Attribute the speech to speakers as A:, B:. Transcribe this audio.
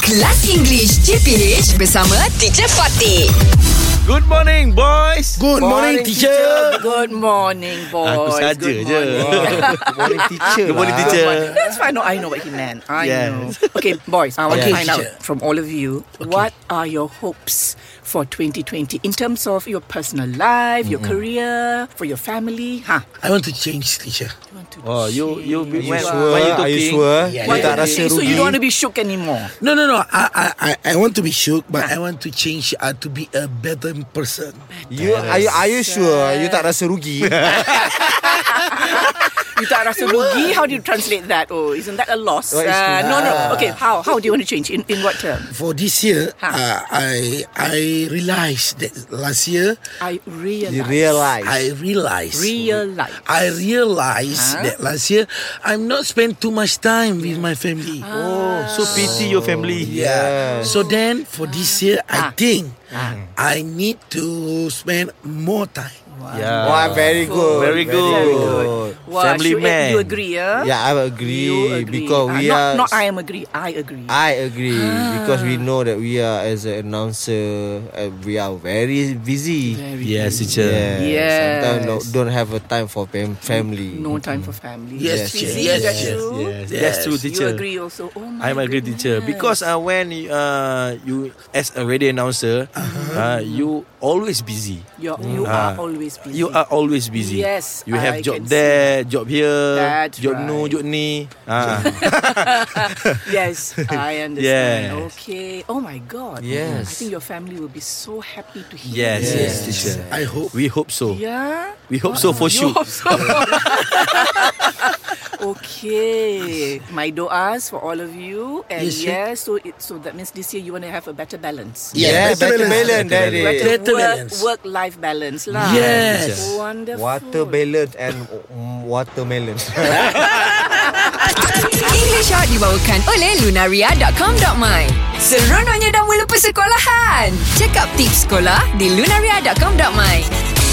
A: Kelas English CPH bersama Teacher Fatih.
B: Good morning, boys.
C: Good morning, teacher.
D: Good morning, boys.
B: Aku saja
D: Oh, Good
B: je.
D: morning.
C: Good morning, teacher.
B: Good morning,
C: lah.
B: teacher.
D: That's fine. No, I know what he meant. I
B: Yes.
D: know. Okay, boys, I want
C: Okay,
D: to find
C: teacher.
D: out from all of you what are your hopes for 2020 in terms of your personal life, your career, for your family? Huh?
C: I want to change, teacher.
D: You want to
B: Oh, you you
D: change.
B: when,
E: sure?
B: when you
E: Are you
B: talking,
E: sure? Yeah,
C: Yeah,
D: Why
E: you
C: yeah.
E: tak
D: you
E: rasa
D: change? So
E: rugi.
D: you don't want to be shook anymore.
C: No, no, no. I, I, I, I want to be shook, but I want to change uh, to be a better person.
E: You are you, are you sure you tak rasa rugi?
D: You tak rasa rugi? How do you translate that? Oh, isn't that a loss?
E: What is-
D: Uh, no, no. Okay, how how do you want to change? In in what term?
C: For this year,
D: Huh.
C: uh, I I realized that last year
D: I realize.
E: you realise.
C: I realized.
D: Realize.
C: I realized
D: Huh?
C: that last year I'm not spend too much time with my family.
D: Ah.
B: Oh, so pity your family.
C: Yeah. So then for this year, I
D: Ah.
C: think I need to spend more time.
B: Yeah.
E: Wah, very good.
B: Very good.
D: Very good. Wow,
B: Family
D: Shoaib,
B: man.
D: You agree, yeah?
E: Yeah, I agree,
D: You agree.
E: because
D: Ah,
E: we
D: not,
E: are
D: Not I Ah. am agree. I agree.
E: I agree because we know that we are as an announcer uh, we are very busy.
D: Very
B: Yes,
D: good.
B: teacher.
E: Yeah.
D: Yes.
E: Sometimes no, don't have a time for fam- family.
D: No time for family.
C: Yes,
D: Busy,
C: yes,
D: is that
C: yes,
D: true?
B: Yes,
C: Yes.
B: that's true,
C: You
D: You
B: teacher.
D: agree also. Oh my
B: I'm agree, teacher.
D: goodness.
B: Because uh, when uh, you as a radio announcer,
D: Uh-huh.
B: uh, you always busy.
D: You're, you
B: Ah.
D: are always busy.
B: You are always busy.
D: Yes,
B: You have
D: I
B: job
D: can
B: there, job here,
D: That's
B: job no,
D: right.
B: job ni. Ah,
D: Yes, I
B: Yes.
D: understand. Okay. Oh my God.
E: Yes.
D: I think your family will be so happy to hear.
B: yes, yes,
D: this.
B: teacher.
C: I hope.
B: We hope so.
D: Yeah.
B: We hope so for
D: You
B: sure.
D: hope so. okay. My doas for all of you. And
C: Yes,
D: yes,
C: sir.
D: so it, so that means this year you want to have a better balance.
C: Yeah,
E: Yes, better
C: better
E: balance.
C: balance.
E: that
B: Better
E: is.
C: Better
D: work,
C: balance.
D: work life balance lah.
C: Yes.
D: Wonderful.
E: Water balance and mm, watermelon.
A: English Hot dibawakan oleh Lunaria.com.my Seronoknya dah mula persekolahan. Check up tips sekolah di Lunaria.com.my